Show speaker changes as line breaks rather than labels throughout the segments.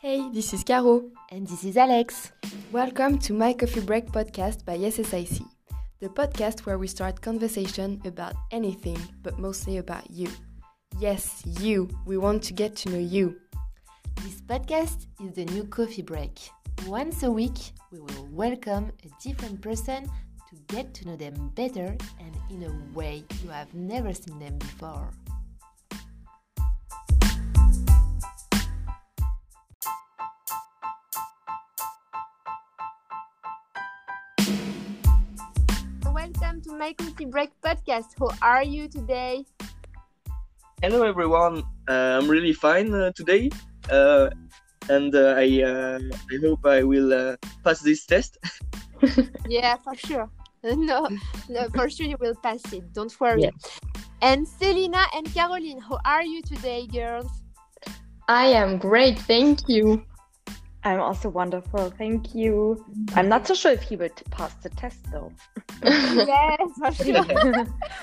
Hey, this is Caro.
And this is Alex.
Welcome to My Coffee Break podcast by SSIC, the podcast where we start conversation about anything, but mostly about you. Yes, you. We want to get to know you.
This podcast is the new coffee break. Once a week, we will welcome a different person to get to know them better and in a way you have never seen them before.
Welcome to my coffee break podcast. How are you today?
Hello everyone. Uh, I'm really fine uh, today, uh, and uh, I uh, I hope I will uh, pass this test.
Yeah, for sure. No, no, for sure you will pass it. Don't worry. And Selina and Caroline, how are you today, girls?
I am great, thank you.
I'm also wonderful, thank you. I'm not so sure if he will t- pass the test though.
yes, for sure.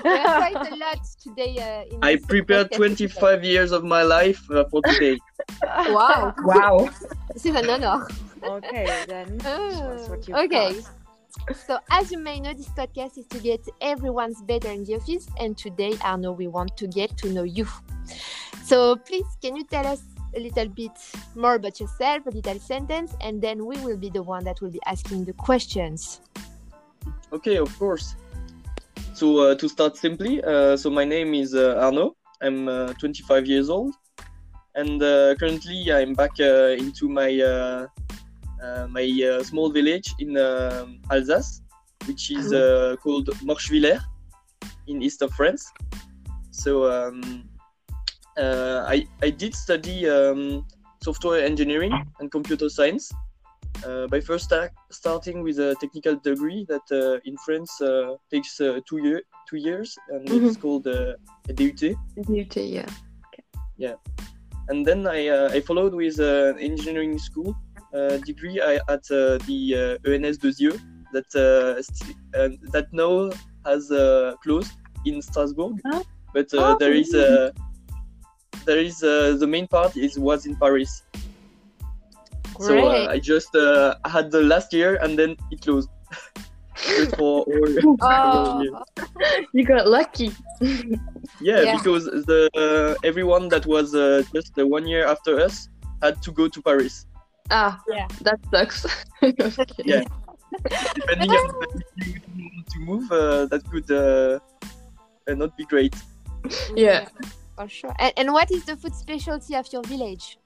we have quite a lot today. Uh, in
I
this
prepared
podcast.
25 years of my life uh, for today.
Wow,
Wow.
this is an honor. Oh,
okay, then. Show us what you
okay.
got.
So, as you may know, this podcast is to get everyone's better in the office, and today, Arno, we want to get to know you. So, please, can you tell us a little bit more about yourself, a little sentence, and then we will be the one that will be asking the questions.
Okay, of course. So uh, to start simply, uh, so my name is uh, Arnaud. I'm uh, 25 years old, and uh, currently I'm back uh, into my uh, uh, my uh, small village in um Alsace, which is uh, called Morchevillers in east of France. So um, uh, I I did study um, software engineering and computer science uh, by first sta- starting with a technical degree that uh, in France uh, takes uh, two year two years and it's called uh, a DUT.
Beauty, yeah.
And then I, uh, I followed with uh, an engineering school uh, degree I, at uh, the uh, ENS de Dieu that uh, st- um, that now has uh, closed in Strasbourg,
Huh?
but uh, there is uh, there is uh, the main part is was in Paris. So uh, I just uh, had the last year and then it closed. Just for all-
Oh,
You got lucky.
yeah,
Yeah.
because the uh, everyone that was uh, just uh, one year after us had to go to Paris.
Ah,
Yeah.
that sucks. Okay.
Yeah. Depending on if you didn't want to move, uh, that could uh, uh, not be great.
Yeah.
for sure. And, and what is the food specialty of your village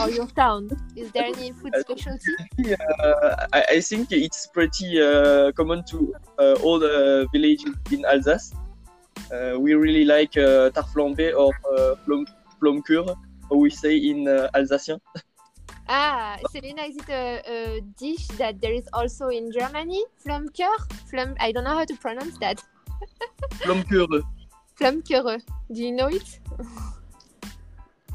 or your town? Is there any food specialty?
Uh, I, I think it's pretty uh, common to uh, all the villages in Alsace. Uh, we really like uh, tarte flambée or uh, plom, plomkür, how we say in uh, Alsacien.
Ah, Selena, is it a, a dish that there is also in Germany? Flammkör? Flamm, I don't know how to pronounce that.
Plomkür.
Flammkörre. Do you know it?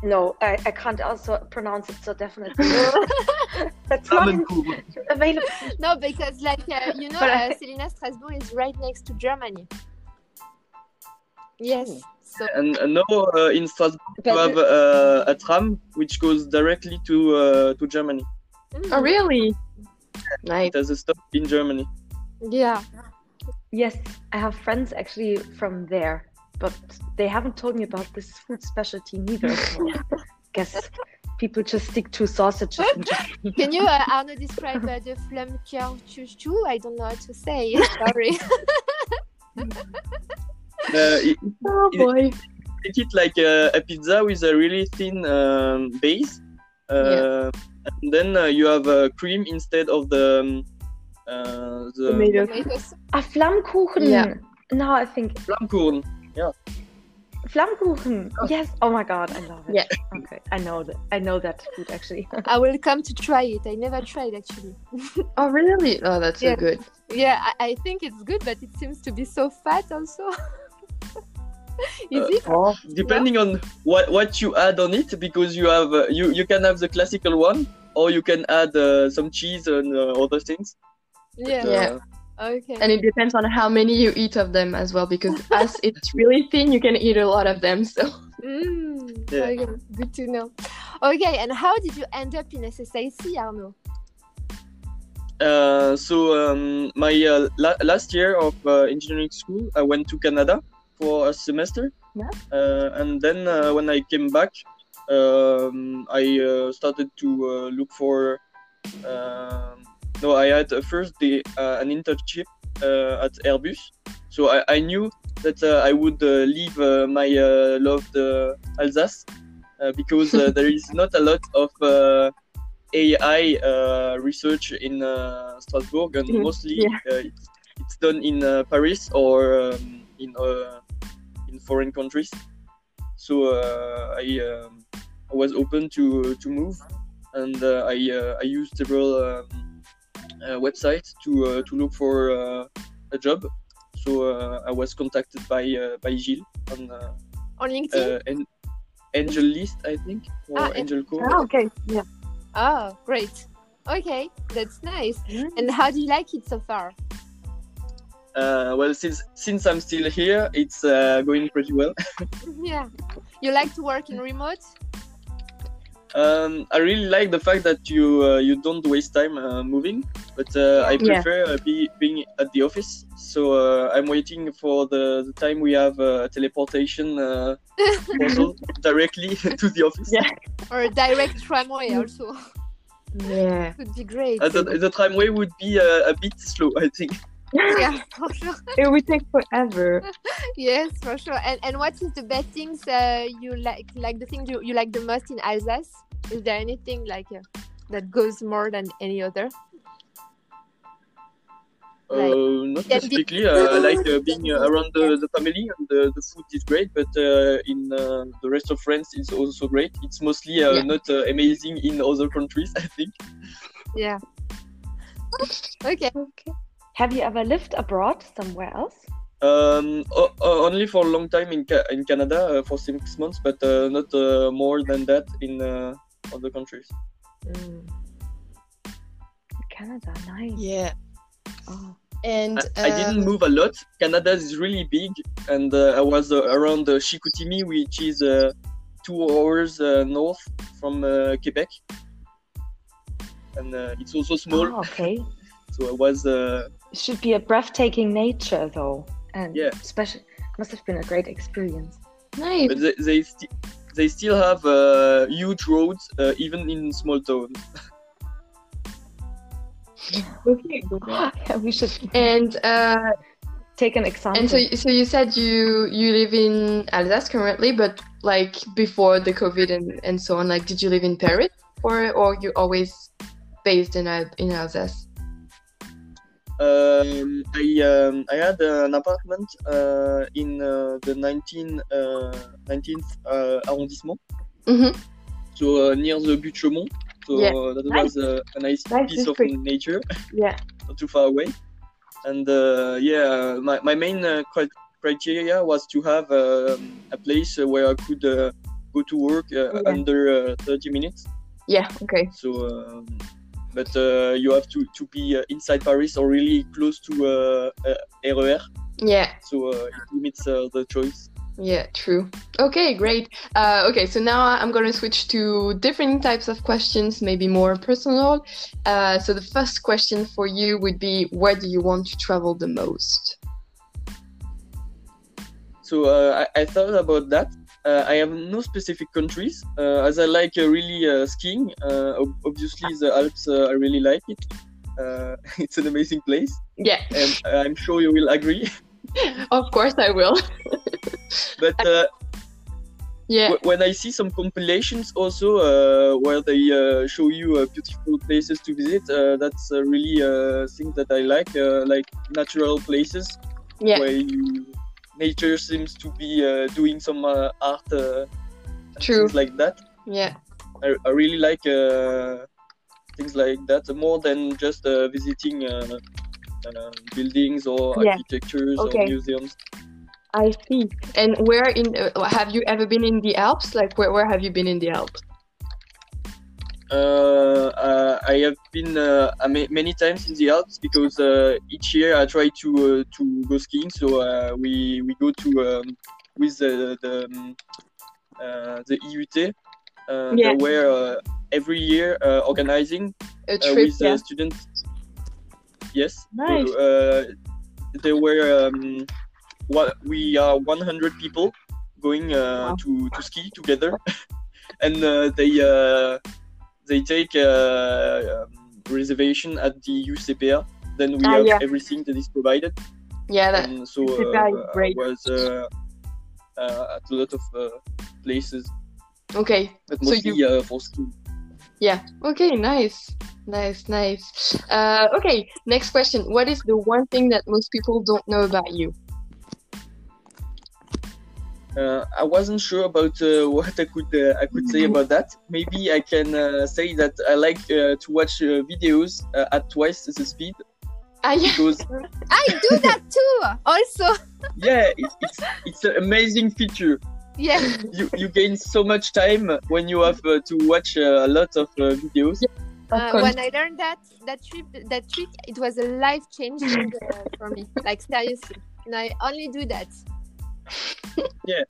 No, I, I can't also pronounce it, so definitely. That's not
Flammenkuchen.
available.
No, because like uh, you know,
But
uh,
I-
Selena Strasbourg is right next to Germany. Yes. So
And uh, now uh, in Strasbourg, you
But
have uh, a tram which goes directly to uh, to Germany.
hmm.
Oh, really? Nice.
It has a stop in Germany.
yeah.
yes, I have friends actually from there, but they haven't told me about this food specialty neither. So I guess people just stick to sausages in Germany.
Can you, uh, Arno, describe uh, the Flammkörre chuchu? I don't know how to say. Sorry.
Uh, it,
Oh boy.
make it like a, a pizza with a really thin um, base, uh, and then uh, you have uh, cream instead of the um, uh, the
Tomato.
Tomatoes.
A Flammkuchen!
Yeah.
Now I think
flammkuchen.
Flammkuchen. Yes. Oh my god, I love it.
Yeah.
Okay. I know that. I know that food actually.
I will come to try it. I never tried actually.
Oh really? Oh, that's
Yeah.
so good.
Yeah, I, I think it's good, but it seems to be so fat also. Is
Uh,
it?
Depending on what what you add on it, because you have uh, you you can have the classical one, or you can add uh, some cheese and uh, other things.
Yeah.
Yeah.
Okay.
And it depends on how many you eat of them as well, because as it's really thin, you can eat a lot of them. So
Mm,
Yeah.
okay, Good to know. Okay, and how did you end up in SSIC, Arnaud?
Uh, so um, my uh, la- last year of uh, engineering school, I went to Canada for a semester,
Yeah.
uh, and then uh, when I came back, um, I uh, started to uh, look for. Um, no, I had uh, first the uh, an internship uh, at Airbus, so I, I knew that uh, I would uh, leave uh, my uh, loved uh, Alsace uh, because uh, there is not a lot of. Uh, AI uh, research in uh, Strasbourg, and
Yeah,
mostly
Mm-hmm. yeah.
uh, it's, it's done in uh, Paris or um, in uh, in foreign countries. So uh, I um, I was open to to move, and uh, I uh, I used several um, uh, websites to uh, to look for uh, a job. So uh, I was contacted by uh, by Gilles on uh,
On
uh,
LinkedIn?
an Angel List, I think, or
Ah,
Angel Co.
Ah, okay. Yeah.
oh, great. Okay, that's nice.
Mm.
And how do you like it so far?
uh, well since since i'm still here it's uh, going pretty well
Yeah. You like to work in remote?
um, i really like the fact that you uh, you don't waste time uh, moving but uh, i
Yeah.
prefer uh, be, being at the office so uh, i'm waiting for the, the time we have uh, teleportation uh, portal directly to the office
Yeah.
Or a direct tramway also?
Yeah.
Would be great.
Uh, the, the tramway would be uh, a bit slow i think
Yeah, for sure.
It would take forever.
Yes, for sure. And and what is the best things uh, you like? Like the thing you, you like the most in Alsace? Is there anything like uh, that goes more than any other? Right.
Uh, not
Yeah,
specifically. Uh, like uh, being uh, around the, the family, and the, the food is great, but uh, in uh, the rest of France, it's also great. It's mostly uh,
Yeah.
not uh, amazing in other countries, I think.
Yeah. Okay.
Have you ever lived abroad somewhere else?
Um, o- o- only for a long time in Ca- in Canada uh, for six months, but uh, not uh, more than that in uh, other countries.
Mm.
Canada, nice.
Yeah.
Oh.
And um,
I, I didn't move a lot. Canada is really big, and uh, I was uh, around uh, Chicoutimi, which is uh, two hours uh, north from uh, Quebec, and uh, it's also small.
Oh, okay.
So I was uh,
Should be a breathtaking nature though, and
Yeah.
special. Must have been a great experience.
Nice.
but they they, sti- they still have uh, huge roads uh, even in small towns.
Okay.
yeah, we should
And uh,
take an example.
and so so you said you you live in Alsace currently, but like before the COVID and, and so on, like did you live in Paris or or you always based in Al- in Alsace?
Um, I um, I had an apartment uh, in uh, the 19, uh, 19th uh, arrondissement.
Mm-hmm.
so uh, near the Butte-Chaumont. So
Yeah.
uh, that
Nice.
was uh, a nice
Nice
piece of
district.
nature,
yeah,
not too far away. And uh, yeah, my, my main uh, cri- criteria was to have um, a place uh, where I could uh, go to work uh,
Yeah.
under uh, 30 minutes.
Yeah. Okay.
So, um, but uh, you have to, to be uh, inside Paris or really close to uh, uh, RER.
Yeah.
So uh, it limits uh, the choice.
Yeah, true. Okay, great. Uh, okay, so now I'm going to switch to different types of questions, maybe more personal. Uh, so the first question for you would be where do you want to travel the most?
So uh, I, I thought about that. Uh, I have no specific countries, uh, as I like uh, really uh, skiing. Uh, ob- obviously, the Alps, uh, I really like it. Uh, it's an amazing place,
Yeah,
and uh, I'm sure you will agree.
of course I will.
But uh,
Yeah,
w- when I see some compilations also uh, where they uh, show you uh, beautiful places to visit, uh, that's uh, really uh, thing that I like, uh, like natural places
yeah,
where you, nature seems to be uh, doing some uh, art uh, and
True.
things like that.
yeah,
I, I really like uh, things like that more than just uh, visiting uh, uh, buildings or
Yeah.
architectures or
Okay.
museums.
I see.
And where in uh, have you ever been in the Alps? Like where, where have you been in the Alps?
Uh, uh, I have been uh, a ma- many times in the Alps because uh, each year I try to uh, to go skiing. So uh, we we go to um, with the the, um, uh, the EUT. Uh,
Yeah.
They were uh, every year uh, organizing
A
uh,
trip,
with
yeah.
uh, students. Yes.
Nice.
Uh, there were um, what we are 100 people going uh, to, to ski together, and uh, they uh, they take uh, um, reservation at the UCPA. Then we
Ah,
have
yeah.
everything that is provided.
Yeah, that,
And so
it's a
uh,
bad
I
break.
was uh, uh, at a lot of uh, places,
okay.
but
So
mostly uh, for ski.
Yeah. Okay. Nice. Nice. Nice. Uh, okay. Next question. What is the one thing that most people don't know about you?
Uh, I wasn't sure about uh, what I could uh, I could say about that. Maybe I can uh, say that I like uh, to watch uh, videos uh, at twice the speed
Ah, yeah.
because
I do that too. Also,
yeah, it, it's it's an amazing feature.
yes,
You you gain so much time when you have uh, to watch uh, a lot of uh, videos.
uh, when I learned that that trip, that trick, it was a life changing uh, for me. Like seriously, and I only do that.
Okay.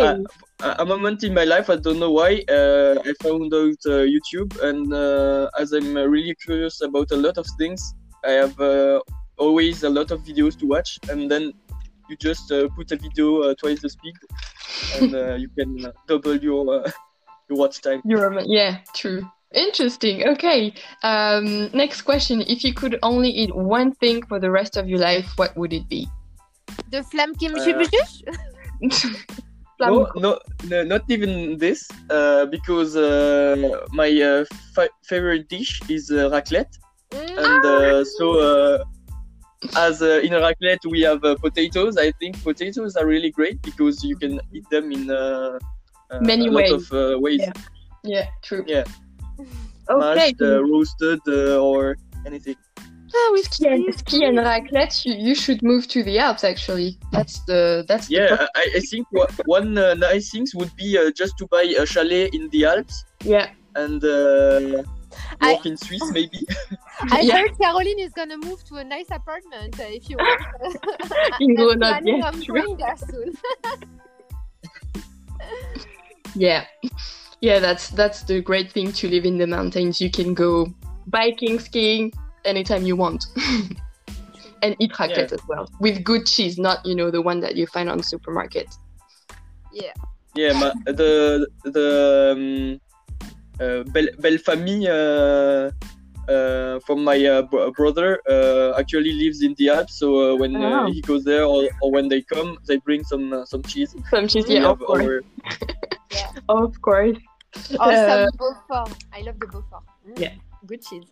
Uh, At a moment in my life, I don't know why, uh, I found out uh, YouTube, and uh, as I'm uh, really curious about a lot of things, I have uh, always a lot of videos to watch, and then you just uh, put a video uh, twice the speed, and uh, you can uh, double your uh, your watch time.
You're a- yeah. True. Interesting. Okay. Um, next question. If you could only eat one thing for the rest of your life, what would it be?
The flamme qui me
Uh,
subjuge.
No, no, no, not even this, uh, because uh, my uh, fa- favorite dish is uh, raclette.
Mm,
and
Ah!
uh, so uh, as uh, in a raclette we have uh, potatoes i think potatoes are really great because you can eat them in uh, uh, a
Many ways.
lot of uh, ways
Yeah. yeah. True.
Yeah.
Okay.
mashed uh, roasted uh, or anything
Ah, with ski and, ski and raclette, you, you should move to the Alps. Actually, that's the that's the
yeah i, I think wha- one uh, nice thing would be uh, just to buy a chalet in the alps
yeah.
and uh,
I-
work in swiss maybe
I
yeah.
heard Caroline is gonna move to a nice apartment uh, if you want. I'm
In Grenoble,
planning
yeah,
on
true.
going there soon.
Yeah, yeah, that's that's the great thing to live in the mountains. You can go biking, skiing anytime you want, and eat raclette as well with good cheese, not you know the one that you find on supermarket.
yeah ma- the the um, uh, belle, belle famille uh, uh, from my uh, bro- brother uh, actually lives in the alps so uh, when uh,
Oh.
he goes there or, or when they come they bring some uh, some cheese
Some cheese,
We
yeah, of
have
course,
our-
of course.
Or
Uh,
Oh, some Beaufort. I love the Beaufort. Mm,
Yeah.
Good cheese.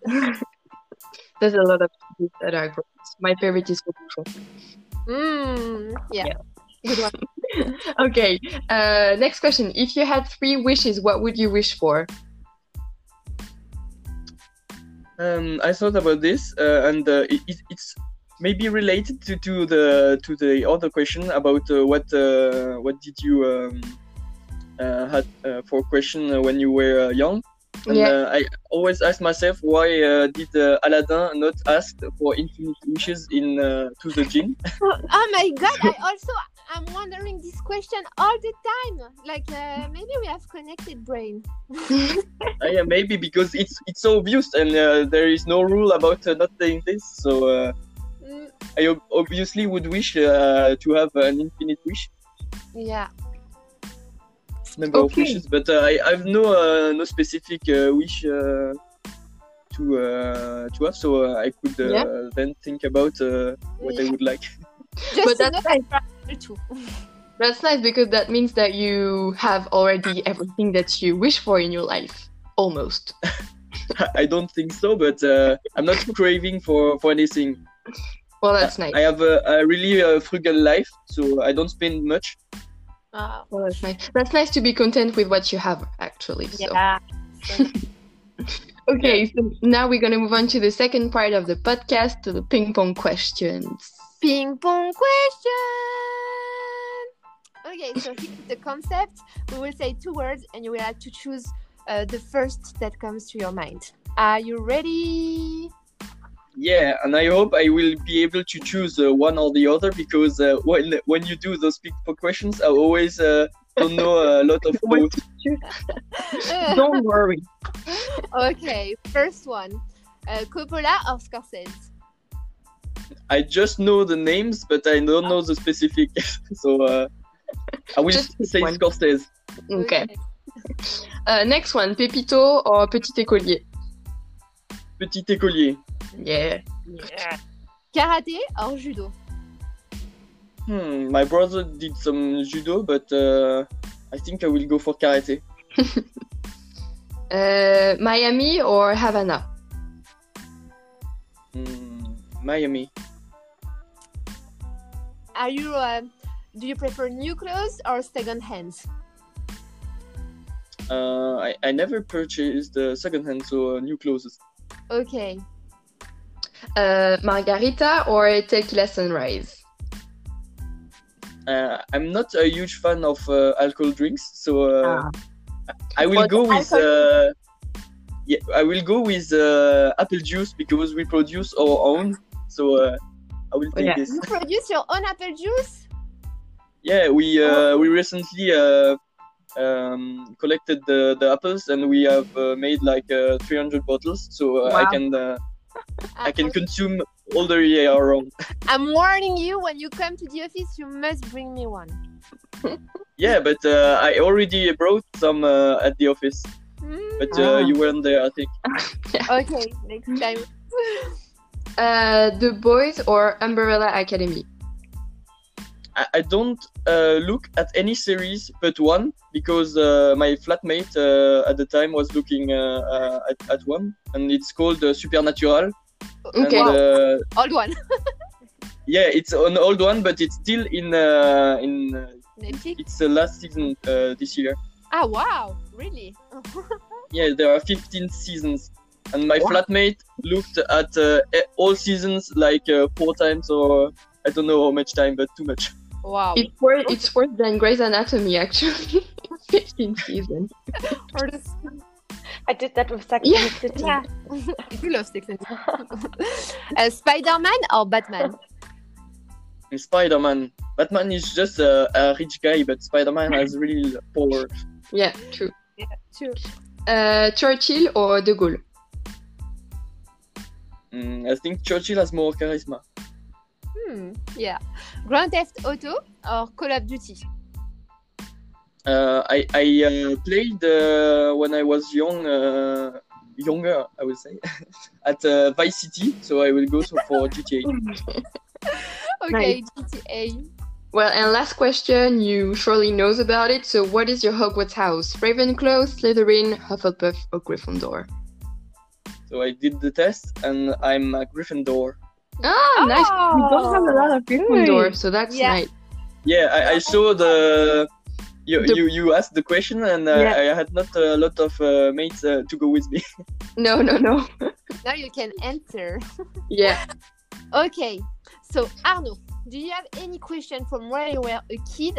There's a lot of cheese that are great. My favorite is Roquefort.
Mm, yeah. Good one.
Okay, uh, next question. If you had three wishes, what would you wish for?
um, i thought about this uh, and uh, it, it- it's maybe related to, to the to the other question about uh, what uh, what did you um, uh, had uh, for question uh, when you were uh, young And
yeah,
uh, I always ask myself why uh, did uh, Aladdin not ask for infinite wishes in uh, to the jinn?
Oh my god! I also I'm wondering this question all the time. Like uh, maybe we have connected brain.
Uh, yeah, maybe because it's it's so obvious and uh, there is no rule about uh, not saying this. So uh,
Mm,
I ob- obviously would wish uh, to have an infinite wish
yeah.
number of
Okay.
wishes, but uh, I have no uh, no specific uh, wish uh, to uh, to have. So uh, I could uh, then think about uh, what I would like.
Just
But
to
that's
know
nice.
that you are too.
That's nice because that means that you have already everything that you wish for in your life, almost.
I don't think so, but uh, I'm not craving for for anything.
Well, that's nice.
I have a, a really uh, frugal life, so I don't spend much.
Uh,
Well, that's nice. That's nice to be content with what you have, actually. So.
yeah.
Okay, so now we're gonna move on to the second part of the podcast, to the ping pong questions.
Ping pong question. Okay, so here's the concept. We will say two words, and you will have to choose uh, the first that comes to your mind. Are you ready?
Yeah, and I hope I will be able to choose uh, one or the other because uh, when when you do those big questions, I always uh, don't know a lot of food.
What Don't worry.
okay, first one. Uh, Coppola or Scorsese?
I just know the names, but I don't know the specific. so uh, I will
Just
say
one.
Scorsese.
Okay. Uh, next one, Pepito or Petit Écolier.
Petit écolier.
Yeah.
Karaté or Judo?
Hmm, my brother did some judo, but uh, I think I will go for karate.
Uh, Miami or Havana.
Hmm, Miami.
Are you, uh, do you prefer new clothes or second hand?
Uh, I, I never purchased uh, secondhand, so uh, new clothes.
Okay.
Uh, Margarita or Tequila Sunrise.
Uh, I'm not a huge fan of uh, alcohol drinks, so uh,
Ah.
I I will
But
go with. Uh, yeah, I will go with uh, apple juice because we produce our own. So uh, I will take
Yeah.
this.
You produce your own apple juice?
Yeah, we uh,
Oh.
we recently uh, um, collected the, the apples and we have uh, made like uh, 300 bottles, so uh, I
Wow.
can uh, I can
I'm-
consume all the year around.
I'm warning you, when you come to the office, you must bring me one.
Yeah, but uh, I already brought some uh, at the office,
Hmm?
but uh,
Ah.
you weren't there, I think.
Okay, next time.
Uh, the Boys or Umbrella Academy.
I, I don't uh, look at any series but one because uh, my flatmate uh, at the time was looking uh, uh, at, at one, and it's called uh, Supernatural.
Okay.
And, uh,
Old one.
yeah, it's an old one, but it's still in uh, in uh,
Netflix.
it's the last season uh, this year.
Ah, wow. Really?
Yeah, there are 15 seasons, and my flatmate looked at uh, e- all seasons like uh, four times or I don't know how much time, but too much.
Wow.
It's worse, it's worse than Grey's Anatomy, actually. 15 seasons.
For the-
I did that with Sex
Yeah.
and the City.
Yeah. I do love Sex and uh, Spider-Man or Batman?
And Spider-Man, Batman is just a, a rich guy, but Spider-Man has real power.
Yeah, true.
True.
Uh, Churchill or De Gaulle.
Mm, I think Churchill has more charisma.
Hmm, yeah. Grand Theft Auto or Call of Duty?
Uh, I I uh, played uh, when I was young, uh, younger, I would say, at uh, Vice City, so I will go so for GTA.
Okay, GTA.
Well, and last question, you surely knows about it. So, what is your Hogwarts house? Ravenclaw, Slytherin, Hufflepuff, or Gryffindor?
So I did the test, and I'm a Gryffindor.
Ah, nice. We don't have a lot of Gryffindor, so that's
Yeah.
nice.
Yeah, I, I saw the. You,
The-
you you asked the question and uh, I
Yeah.
had not a lot of uh, mates uh, to go with me.
No, no, no.
Now you can enter.
Yeah.
Okay, so Arnaud, do you have any question from where you were a kid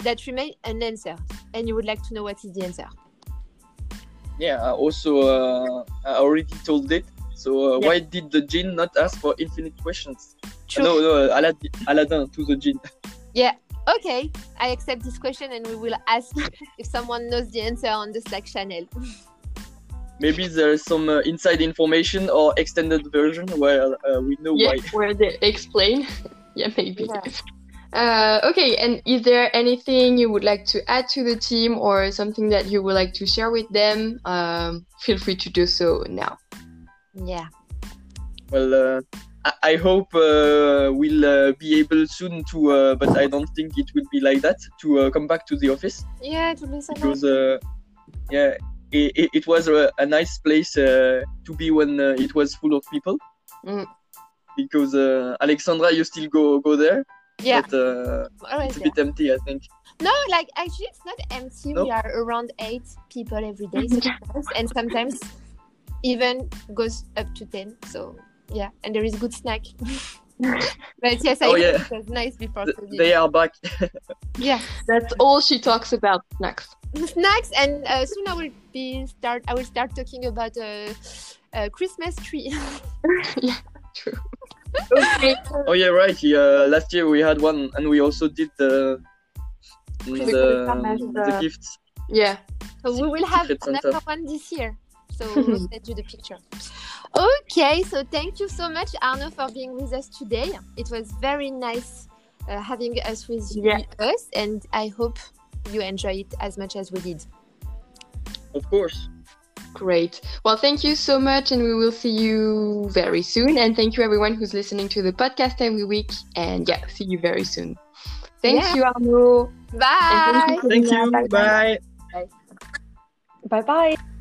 that remained unanswered and you would like to know what is the answer?
Yeah, I also uh, I already told it. So uh, why did the genie not ask for infinite questions? Uh,
True.
No, no, Aladdin, Aladdin to the genie.
Okay, I accept this question and we will ask if someone knows the answer on the Slack channel.
Maybe there's some uh, inside information or extended version where uh, we know
Yeah,
why.
where they explain. yeah, maybe.
Yeah.
Uh, okay, and is there anything you would like to add to the team or something that you would like to share with them? Um, feel free to do so now.
Yeah.
Well, uh, I, I hope uh, we'll uh, be able soon to, uh, but I don't think it will be like that to uh, come back to the office.
Yeah, it would be so nice.
because uh, yeah it, it, it was a, a nice place uh, to be when uh, it was full of people
Mm.
because uh, alexandra you still go go there
Yeah,
but uh,
always
it's a
there.
bit empty i think
No, like actually, it's not empty.
No?
We are around eight people every day, sometimes, and sometimes even goes up to ten. So yeah, and there is good snack. but yes, I
Oh,
agree,
yeah.
it was nice before
Th-
COVID.
they are back
yeah,
That's all she talks about next.
snacks, and uh, soon I will be start. I will start talking about a uh, uh, Christmas tree.
True.
oh yeah right yeah, last year we had one and we also did the and
Secret
uh,
Santa.
the gifts.
Yeah.
So we will have
Secret Santa.
another one this year. So we'll send you the picture. Okay, so thank you so much, Arno, for being with us today. It was very nice uh, having us with
Yeah.
with us, and I hope you enjoy it as much as we did.
Of course.
Great. Well, thank you so much, and we will see you very soon. And thank you, everyone who's listening to the podcast every week. And yeah, see you very soon. Thank
Yeah.
you, Arnaud.
Bye.
And thank
Thank
you, Karina.
you.
Bye-bye.
Bye.
Bye bye.